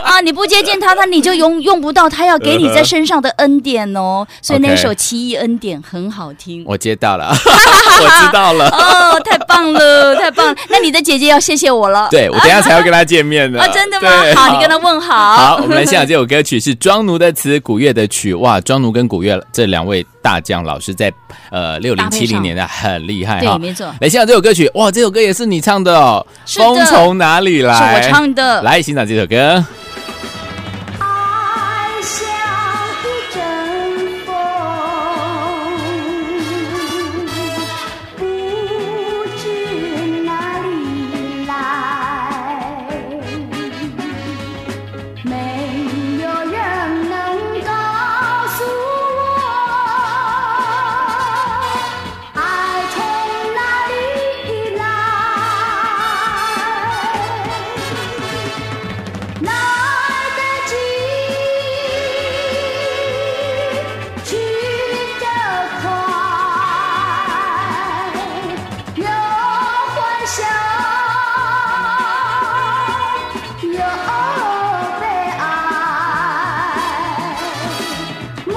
啊，你不接近他，他你就用用不到他要给你在身上的恩典哦。所以那
OK
首《奇异恩典》很好听。
我接到了， <laughs> 我知道了。
哦，太棒了，太棒了！那你的姐姐要谢谢我了。
对，我等一下才要跟她见面的。
啊，真的吗
对？
好，你跟她问好。
好，我们来欣赏这首歌曲是庄奴的词，古月的曲。哇，庄奴跟古月这两位大将老师在呃六零
搭
七
配
零
上
年代很厉害
对，
哈。
没错，
来欣赏这首歌曲，哇，这首歌也是你唱的哦，
是的
风从哪里
是
来？
我唱的。
来欣赏这首歌，
爱像一阵风，不知哪里来，没有人能告诉我，爱从哪里来。来得及，去得快，有欢笑，有悲哀。莫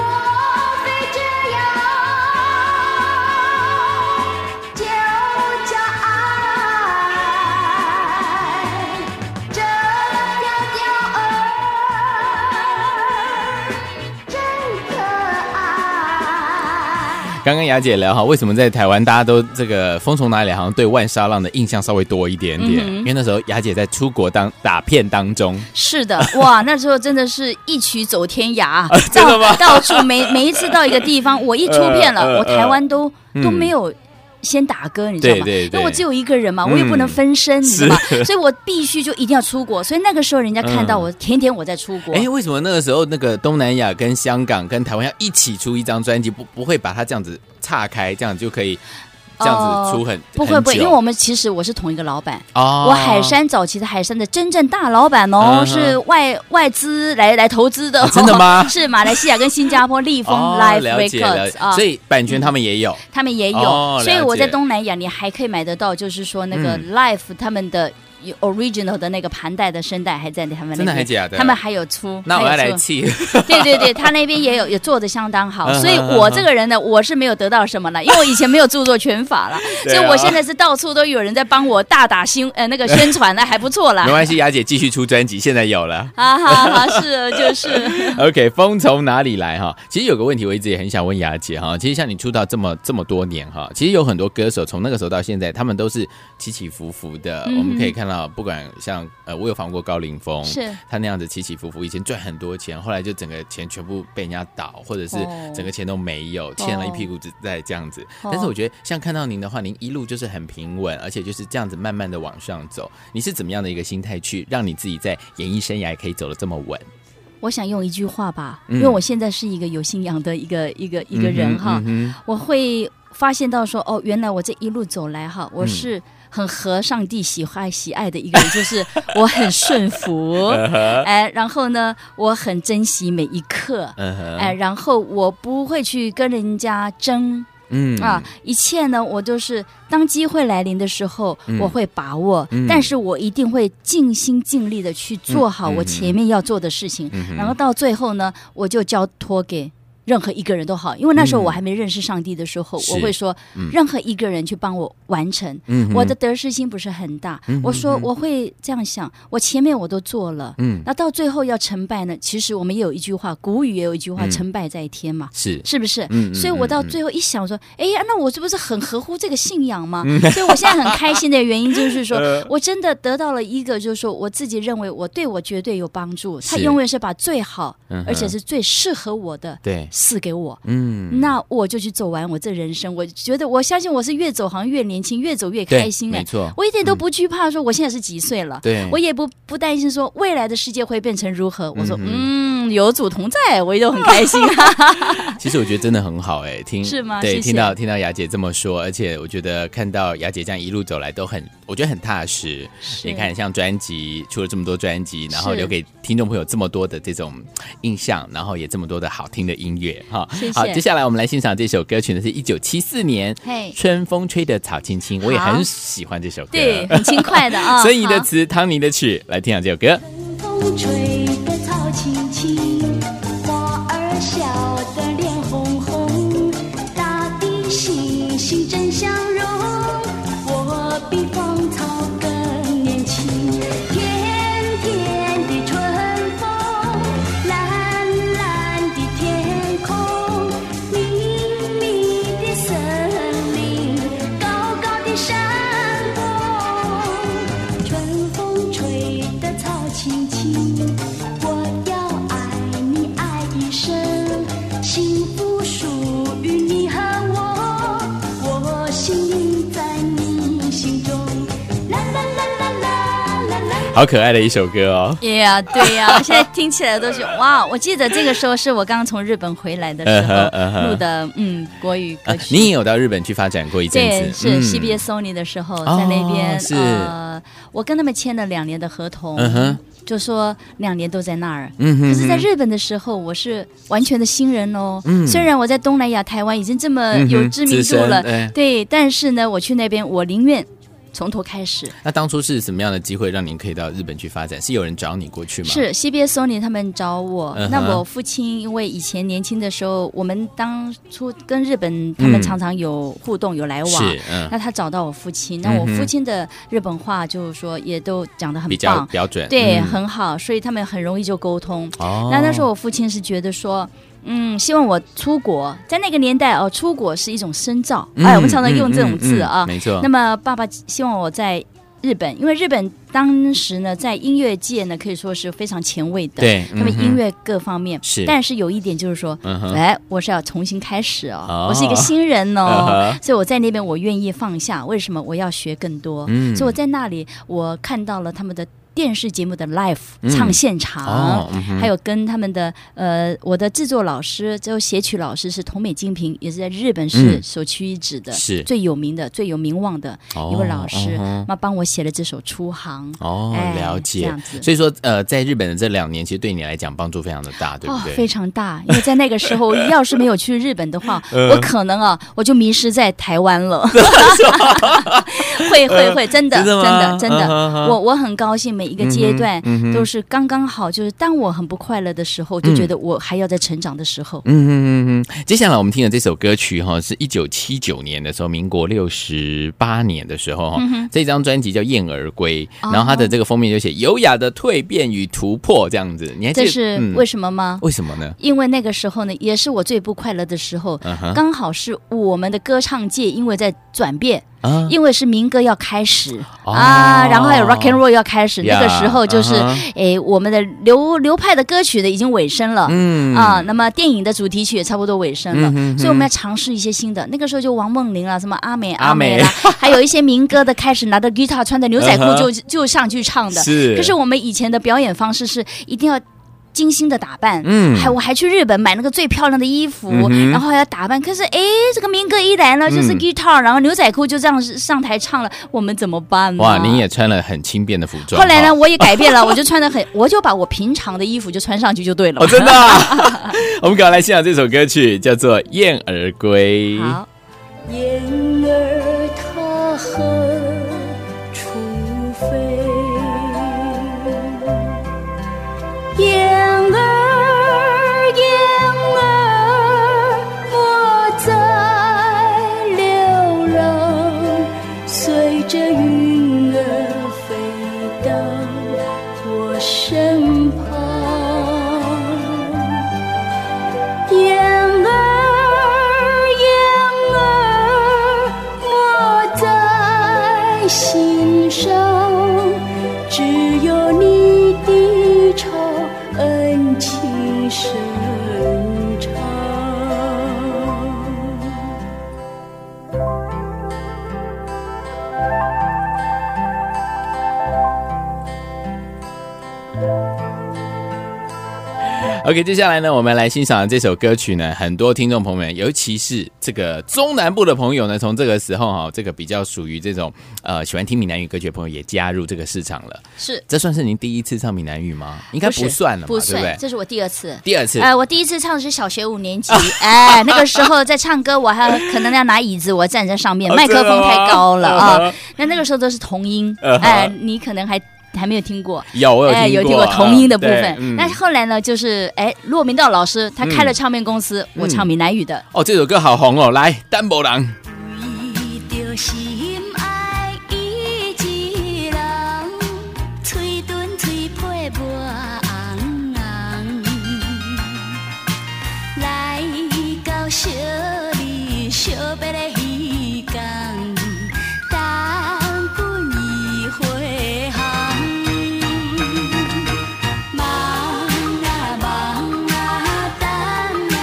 非这样就叫爱？这条条儿真可爱。
刚刚雅姐聊哈，为什么在台湾大家都这个风从哪里来，好像对万沙浪的印象稍微多一点
嗯
点，因为那时候雅姐在出国当打片当中，
是的，哇，那时候真的是一曲走天涯，啊
啊真的吗
到到处每每一次到一个地方，我一出片了，
呃呃
我台湾都、
嗯
都没有。先打歌，你知道吗？
对对对
因为我只有一个人嘛，
嗯
我也不能分身，你知道吗？所以我必须就一定要出国。所以那个时候，人家看到我，天天我在出国。
嗯哎，为什么那个时候那个东南亚跟香港跟台湾要一起出一张专辑，不不会把它这样子岔开，这样就可以这样子出很、
哦不会不会，
很
因
久
为我们其实我是同一个老板，
哦
我海山早期的海山的真正大老板哦，
嗯哼
是外外资来来投资的哦、
啊真的吗
<laughs> 是马来西亚跟新加坡立丰
<laughs> 哦
Live
了解了
Records
解
啊，
所以版权他们也有，
他们也有，
哦
所以
了
我在
解
东南亚你还可以买得到，就是说那个
嗯
Life 他们的有 original 的那个盘带的声带还在他们那边，
真的还假的
嗯他们还有出，
那我要
还有
来
出
气，
<laughs> 对对对，他那边也有也做的相当好
嗯，
所以
嗯嗯
我这个人呢，我是没有得到什么了，因为我以前没有著作权法了，
<laughs> 对
所
啊
以我现在是到处都有人在帮我大打新呃那个宣传呢，还不错啦
<laughs> 没。关系，雅姐继续出专辑，现在有了。
啊哈哈，是就是，
<laughs> OK，风从哪里来哈？其实有个问题我一直也很想问雅姐哈。其实像你出道这么这么多年哈，其实有很多歌手从那个时候到现在，他们都是起起伏伏的。
嗯
我们可以看到，不管像呃，我有访问过高凌风，
是
他那样子起起伏伏，以前赚很多钱，后来就整个钱全部被人家倒，或者是
哦
整个钱都没有，欠了一屁股子债这样子。
哦
但是我觉得像看到您的话，您一路就是很平稳，而且就是这样子慢慢的往上走。你是怎么样的一个心态去让你自己在演艺生涯可以走得这么稳？
<laughs> 我想用一句话吧，
嗯
因为我现在是一个有信仰的一个一个一个人哈
嗯，哼嗯哼
我会发现到说，哦，原来我这一路走来
嗯
哈，我是很合上帝喜欢喜爱的一个人，就是 <laughs> 我很顺服，
嗯
哎，然后呢，我很珍惜每一刻，
嗯哼
哎，然后我不会去跟人家争
嗯
啊，，一切呢，我就是当机会来临的时候，
嗯
我会把握
嗯，
但是我一定会尽心尽力的去做好
嗯嗯嗯
我前面要做的事情，然后到最后呢，我就交托给。任何一个人都好，因为那时候
嗯
我还没认识上帝的时候，
是
我会说、
嗯
任何一个人去帮我完成。
嗯哼
我的得失心不是很大，
嗯
我说
嗯嗯
我会这样想，我前面我都做了，
嗯
那到最后要成败呢？其实我们也有一句话，古语也有一句话，
嗯
成败在天嘛。
是
是不是？
嗯嗯
所以我到
嗯嗯嗯
最后一想说，哎呀，那我是不是很合乎这个信仰嘛？ <laughs> 所以我现在很开心的原因就是
<laughs>
说，
呃
我真的得到了一个，就是说我自己认为我对我绝对有帮助，
是
他永远是把最好，
嗯哼
而且是最适合我的
对，
赐给我。
嗯，
那我就去走完我这人生，我觉得我相信我是越走好像越年轻，越走越
对
开心哎
没错
我一点都不惧怕说我现在是几岁了，
对
我也不不担心说未来的世界会变成如何。我说嗯，有主同在，我也都很开心
<laughs>
啊。
其实我觉得真的很好哎、
<laughs>
听
是吗
对，
谢谢
听到听到雅姐这么说，而且我觉得看到雅姐这样一路走来都很，我觉得很踏实。你看，像专辑出了这么多专辑，然后
是
留给听众朋友这么多的这种印象，然后也这么多的好听的音乐哈。
谢谢
好，接下来我们来欣赏这首歌曲呢，是一九七四年
嘿
《春风吹得草青青》，我也
好
很喜欢这首歌。
对，
<laughs>
很轻快的啊。
孙怡的
好
词，汤尼的曲，来听下这首歌。
风吹得草青青，花儿笑得脸红红，大地欣欣真相容，我比芳草更年轻。甜甜的春风，蓝蓝的天空，密密的森林，高高的山峰。春风吹得草青青，我要爱你爱一生，幸福属于你和我，我心印在你心中。啦啦啦啦啦啦啦。
好可爱的一首歌哦。
对呀，对呀，现在听起来都
<laughs>
是哇！我记得这个时候是我刚刚从日本回来的时
嗯哼嗯哼
候录的，嗯，国语歌
啊
曲。
你也有到日本去发展过一阵
对，
子，
是
嗯
CBS Sony 的时候，
哦
在那边、
是
呃，我跟他们签了两年的合同，
嗯哼
就说两年都在那儿。
嗯哼
可是，在日本的时候，我是完全的新人哦。
嗯
虽然我在东南亚、台湾已经这么
嗯哼
有知名
资
度
深
了，
哎
对，但是呢，我去那边，我宁愿从头开始。
那当初是什么样的机会让您可以到日本去发展？是有人找你过去吗？，
是 CBS Sony 他们找我，
嗯哼
那我父亲因为以前年轻的时候，我们当初跟日本他们
嗯
常常有互动、有来往，
是，嗯，
那他找到我父亲，那我
嗯
父
哼
亲的日本话就是说也都讲得很
比较
棒，
标准，
对，
嗯
很好，所以他们很容易就沟通。
哦。
那那时候我父亲是觉得说。嗯，希望我出国，在那个年代哦，出国是一种深造。
嗯，
哎，我们常常
嗯
用这种字
嗯嗯
啊。
没错。
那么爸爸希望我在日本，因为日本当时呢，在音乐界呢可以说是非常前卫的，
对，
他们
嗯哼
音乐各方面。
是
但是有一点就是说，
嗯哼
哎，我是要重新开始哦，
哦
我是一个新人哦
<laughs> 嗯哼，
所以我在那边我愿意放下。为什么我要学更多？
嗯
所以我在那里我看到了他们的。电视节目的 live 唱现场，
嗯哦嗯哼
还有跟他们的呃，我的制作老师，就写曲老师是童美精平，也是在日本是
嗯
首屈一指的，
是
最有名的、最有名望的一位老师，
哦
那、帮我写了这首《出航》
哦，
哎
了
这
解
样。子
所以说，呃，在日本的这两年，其实对你来讲帮助非常的大，对不
哦，非
对？
常大，因为在那个时
<laughs>
候，要是没有去日本的话，
嗯
我可能啊，我就迷失在台湾
<laughs>
了。会会会，真的
嗯真
真
的吗
的真的
嗯哼嗯哼，
我我很高兴，每一个阶段都是刚刚好，就是当我很不快乐的时候，就觉得我还要在成长的时候。
嗯嗯嗯嗯。接下来我们听的这首歌曲哈，是一九七九年的时候，民国六十八年的时候
嗯
哈，这张专辑叫《燕儿归》，
哦
然后它的这个封面就写“优雅的蜕变与突破”这样子。你还记
这
得
是
嗯
为什么吗？
为什么呢？
因为那个时候呢，也是我最不快乐的时候，
嗯哼
刚好是我们的歌唱界因为在转变，
啊，
因为是民歌要开始、
哦
啊，然后还有 rock and roll 要开始那
Yeah，
个时候就是，
嗯哼
诶，我们的流流派的歌曲的已经尾声了。
嗯
啊，那么电影的主题曲也差不多尾声了，
嗯哼
所以我们要尝试一些新的。那个时候就王梦玲啊，什么阿美
阿美
美啦， <laughs> 还有一些民歌的开始拿着 guitar 穿着牛仔裤
嗯哼
就、就上去唱的。
是
可是我们以前的表演方式是一定要。精心的打扮，
嗯
还我还去日本买那个最漂亮的衣服，
哼
然后还要打扮。可是哎，这个民歌一来呢，就是
嗯
guitar，、然后牛仔裤就这样上台唱了，我们怎么办呢？
哇，你也啊穿了很轻便的服装。哦
后来呢，
哈？
我也改变了，我就穿的很， <laughs> 我就把我平常的衣服就穿上去就对了。
哦，真的啊、
<laughs>
我们赶快来欣赏这首歌曲，叫做《燕儿归》。
好。
燕儿它何处飞？燕儿燕儿，我在流浪，随着云儿飞到我身旁。燕儿，燕儿，我在心上，只有你的愁恩情深长。
OK，接下来呢，我们来欣赏这首歌曲呢。很多听众朋友们，尤其是这个中南部的朋友呢，从这个时候哈、这个比较属于这种呃喜欢听闽南语歌曲的朋友也加入这个市场了。
是，
这算是您第一次唱闽南语吗？应该
是
不算了嘛，
不
对不对
算，？这是我第二次。
第二次，
哎、我第一次唱的是小学五年级， <laughs> 哎，那个时候在唱歌，我还可能要拿椅子，我站在上面，
哦
麦克风太高了
真的吗
啊。那那个时候都是童音
嗯嗯，哼
哎，你可能还还没有听过。
<laughs> 有我有听过，
哎，
啊
有听过童音的部
对嗯
分。那后来呢，就是哎，骆明道老师他开了唱片公司，
嗯
我唱闽南语的。
哦，这首歌好红哦，来，单薄狼。
为着心爱伊一人，嘴唇嘴皮抹红红，来到小日小白的鱼缸，等阮伊回航。忙啊忙啊，等啊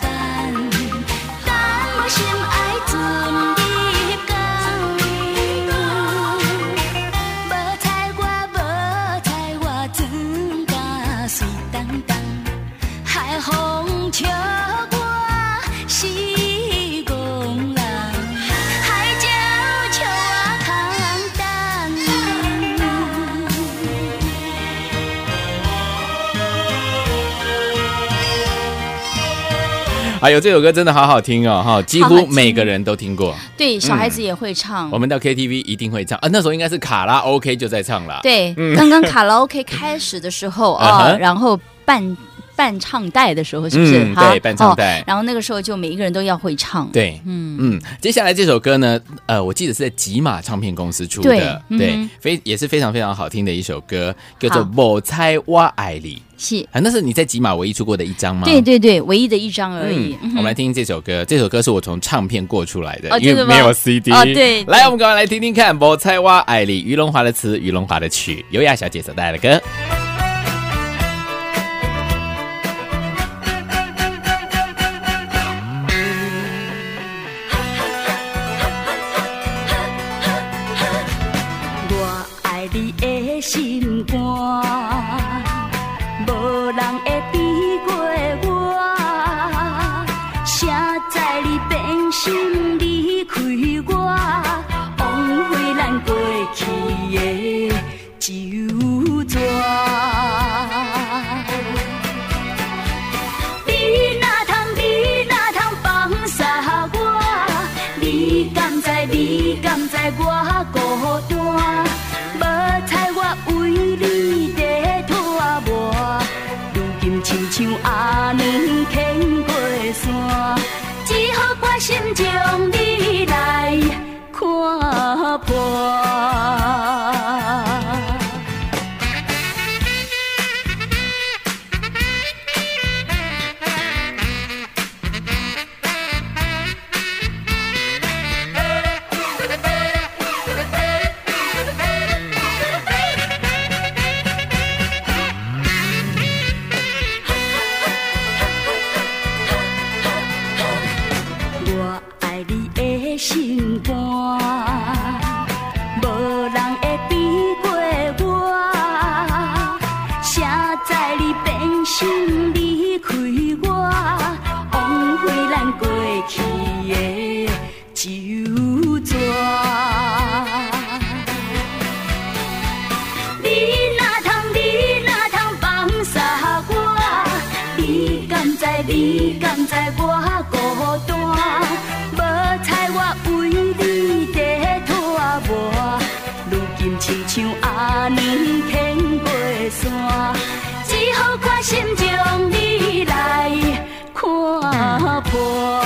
等，等我心爱船你到。无采我无采我，船甲水当当，海风笑我是戆人，海鸟笑我空等。
哎呦，这首歌真的好好听哦，哈，几
好好
乎
听
每个人都听过。
对，小孩子也会唱
我。们到 KTV 一定会唱啊，那时候应该是卡拉 OK 就在唱啦。，
对，刚刚卡拉 OK 开始的时
<laughs>
候
嗯
啊，
哼
然后伴伴唱带的时候，是不是
嗯？
好
对伴唱带
哦然后那个时候就每一个人都要会唱。
对，嗯嗯，接下来这首歌呢，呃，我记得是在吉马唱片公司出的，
对
对
嗯，哼
非也是非常非常好听的一首歌，叫做
好
《我猜我爱你
是》，
啊，那是你在吉马唯一出过的一张吗？
对对对，唯一的一张而
嗯
已。嗯，
我们来听听这首歌，这首歌是我从唱片过出来的，
哦
因为
真的吗
没有 CD。
哦对
来，我们赶快来听听看《我猜我爱你》，于龙华的词，于龙华的曲，优雅小姐所带来的歌。
我爱你的心肝，载你变心离开我，枉费咱过去的酒醉。你哪通，你哪通放捒我？你敢知，你敢知我孤单？无彩我为你在拖磨，如今亲像阿娘牵过山，只好我心情你来看破。我爱你的心肝，无人会比过我。谁知你变心离开我，枉费咱过去的酒醉。你哪通，你哪通放捒我？你敢知，你敢知我孤单？无彩我为你在拖磨，如今亲像阿娘牵过山，只好我心情你来看破。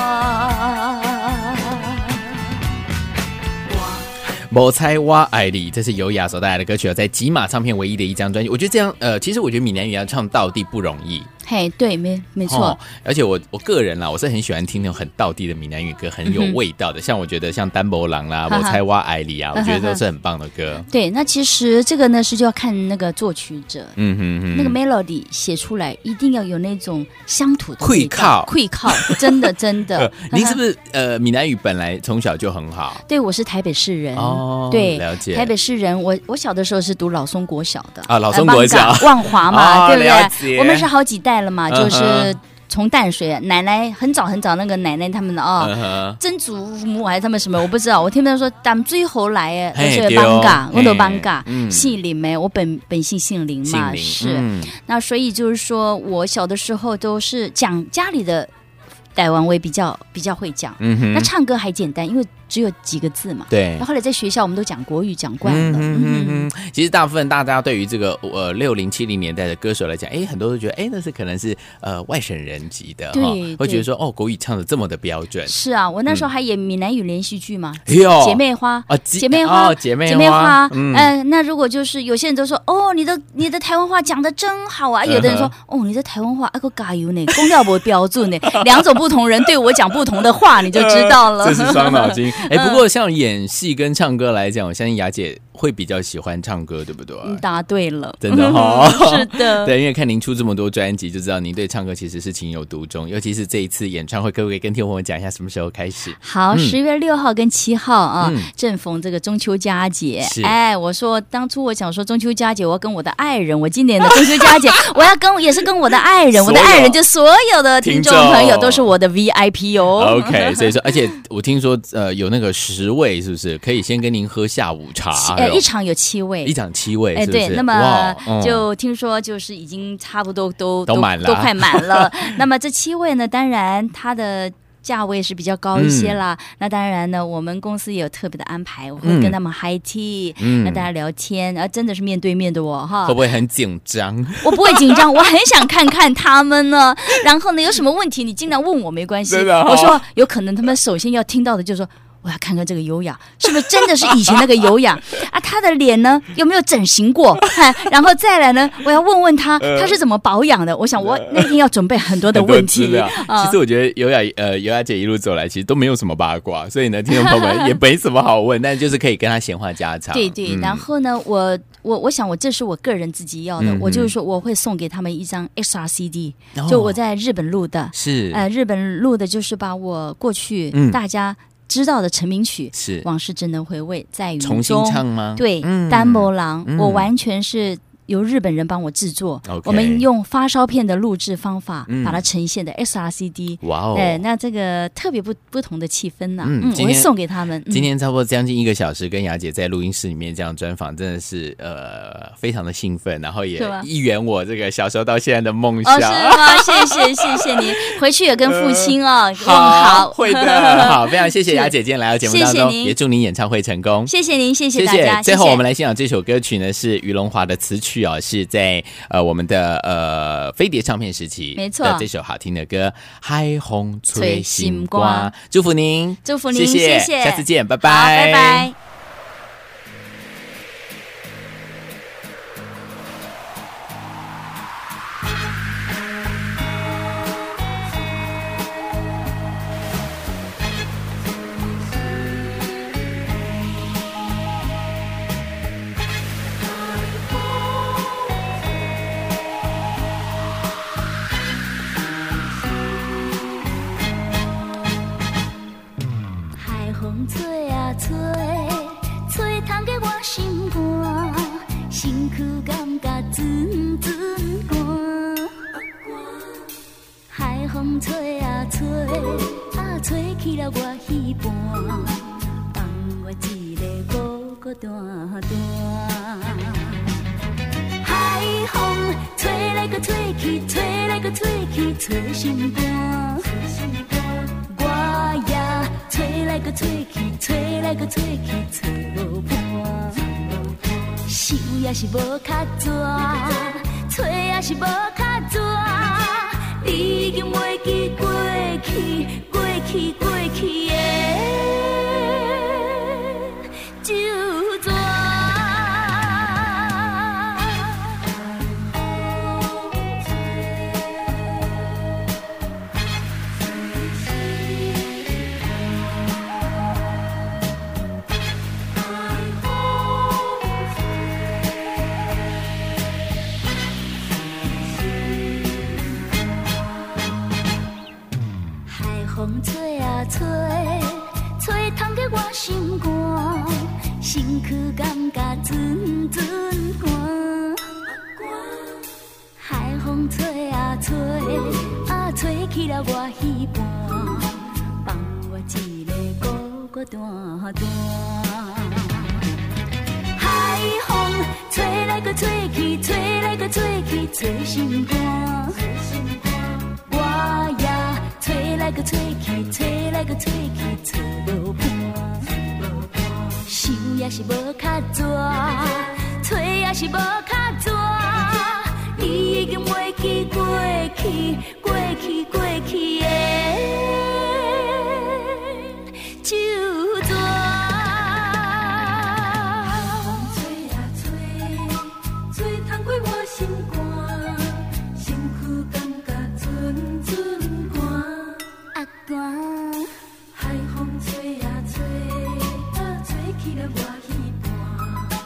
某猜哇爱你，这是优雅所带来的歌曲哦，在吉马唱片唯一的一张专辑。我觉得这样，呃，其实我觉得闽南语要唱道地不容易，
嘿，对，没没错，
哦而且我我个人啦，我是很喜欢听那种很道地的闽南语歌，很有味道的。像我觉得像丹博郎啦、
嗯哈哈
某猜哇爱你啊，我觉得
哈哈
都是很棒的歌。
对。那其实这个呢是就要看那个作曲者，
嗯哼哼，
那个 melody 写出来一定要有那种乡土的
会
味道
靠
会靠，真的真的
<laughs> 呃。您是不
是？
是呃闽南语本来从小就很好？
对，我是台北市人，
哦
对，
了解
台北市人，我我小的时候是读老松国小的
啊老
呃
松国
望岗
小
万华嘛，
哦
对不
了
对？
解
我们是好几代了嘛，就
嗯
是从淡水奶奶很早很早那个奶奶他们的哦，
嗯哼，
曾祖母还是他们什么，我不知道。我听他们说，咱们最后来诶，
嘿
我是
对哦
邦嘎，我都
嘿
邦嘎，
嗯
姓林诶，我本本姓姓林
姓
嘛，
林
是。
嗯
那所以就是说我小的时候都是讲家里的傣文，我也比较比较会讲。
嗯
那
哼，
唱歌还简单，因为只有几个字嘛。
对
那。后来在学校，我们都讲国语，讲惯
嗯
了。
嗯
嗯
嗯嗯，其实大部分大家对于这个呃六零七零年代的歌手来讲，哎，很多都觉得哎那是可能是呃外省人级的
对
哈
对，
会觉得说哦国语唱的这么的标准，
是啊，我那时候还演闽南语连续剧嘛，
哎呦
姐妹花
啊姐
姐妹花，
哦姐妹
姐妹花
花，嗯
呃那如果就是有些人都说，哦，你的你的台湾话讲的真好
<laughs>
啊，有的人说，哦，你的台湾话啊个加油呢，公调不标准呢， <laughs> 两种不同人对我讲不同的话，你
<laughs>
就知道了。<laughs>
呃
嗯
这是伤脑筋。哎，不过像演戏跟唱歌来讲，我相信雅姐会比较喜欢唱歌，对不对？
你答对了，<laughs>
真的哦
是的，
对，因为看您出这么多专辑，就知道您对唱歌其实是情有独钟。尤其是这一次演唱会，可不可以跟听众朋友讲一下什么时候开始？
好，十月六号跟七号啊，
嗯
正逢这个中秋佳节
是。
哎，我说当初我想说中秋佳节，我要跟我的爱人，我今年的中秋佳
<laughs>
节，我要跟也是跟我的爱人，我的
所有
爱人就所有的听众
听众
朋友都是我的 VIP 哦。
OK，所以说，而且我听说，呃，有那个十位，是不是可以先跟您喝下午茶？哎
呃，
啊有
一场有七位
一。场七位，
哎，
是不是？
对，那么
哇嗯
就听说就是已经差不多都
都满了
都快满了。
<laughs>
那么这七位呢，当然它的。价位是比较高一些啦，那当然呢，我们公司也有特别的安排，我会
嗯
跟他们 high tea，、
嗯
那大家聊天，啊，真的是面对面的哦，哈
会，不会很紧张？
我不会紧张，我很想看看他们呢。 <laughs> 然后呢，有什么问题你尽量问我，没关系。
真的哦
我说有可能他们首先要听到的就是说。我要看看这个优雅是不是真的是以前那个优
<laughs>
雅啊？她的脸呢有没有整形过？ <laughs> 哎，然后再来呢，我要问问她，
呃
她是怎么保养的？我想我那天要准备很 <laughs> 多的
很多 <laughs>
问
资
题
料。
<laughs> 啊
其实我觉得尤雅呃尤雅姐一路走来，其实都没有什么八卦，所以呢，听众朋友们也没什么好问，但就是可以跟她闲话家常。
对对，
嗯
然后呢，我我我想我这是我个人自己要的，
嗯
我就是
嗯
说我会送给他们一张 XR CD，、
哦
就我在日本录的，
是
呃，日本录的就是把我过去
嗯
大家知道的成名曲《
是
往事只能回味》在雨中
重新唱吗？
对，
嗯
丹摩郎，
嗯
我完全是由日本人帮我制作
OK
我们用发烧片的录制方法
嗯
把它呈现的 SRCD。
哇哦！
对，哎那这个特别不不同的气氛呐、
嗯
嗯，
今
我会
天
送给他们。
今
嗯、
天差不多将近一个小时，跟雅姐在录音室里面这样专访，真的是呃非常的兴奋，然后也
是吧
一圆我这个小时候到现在的梦
哦，
想。
是吗？
<laughs>
谢谢谢谢你，回去也跟父亲哦问
呃好，
好，
会
<laughs>
的，好，非常谢谢雅姐今天来到节目
谢
当
谢
中，
您
也祝您演唱会成功。
谢谢您，谢
谢
大家。
最后
谢
我们来欣赏这首歌曲呢，是于龙华的词曲哦，是在呃我们的呃飞碟唱片时期，
没错
这首好听的歌《海风吹
吹
心
心
瓜
歌》，
祝福您，
祝福您
谢
谢谢
下次见，拜
好，拜拜。
海风吹啊吹，吹痛过我心肝，身躯感觉阵阵寒。海风吹啊吹，啊吹起了我耳畔，放我一个孤孤单单。海风吹来个吹去，吹来个吹去，吹心肝。我呀，吹来个吹去，吹来个吹去，吹无伴。想也是无卡纸，吹也是无卡纸。你已经袂记过去，过去，过去的酒醉。海风吹啊吹，吹痛过我心肝，身躯感觉阵阵寒。海风吹啊吹，啊吹起了我耳畔，放我一个孤孤单单。海风吹来个吹去，吹来个吹去，吹心肝。我呀，吹来个吹去，吹来个吹去，吹无伴。想也是无卡纸，吹也是无卡纸。你已经袂记过去，过去，过去的酒醉。
吹啊吹，吹透过我心肝，身躯感觉阵阵寒。
阿官。
海风吹啊吹，啊吹起了我耳畔，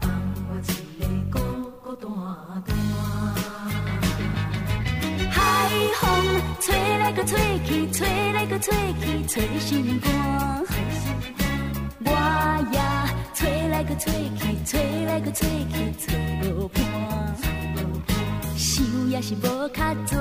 放我一个孤孤单单。
海风吹来个吹去，吹来个吹去，吹心肝。我呀，吹来个吹去，吹来个吹去，吹无伴。想也是无卡纸，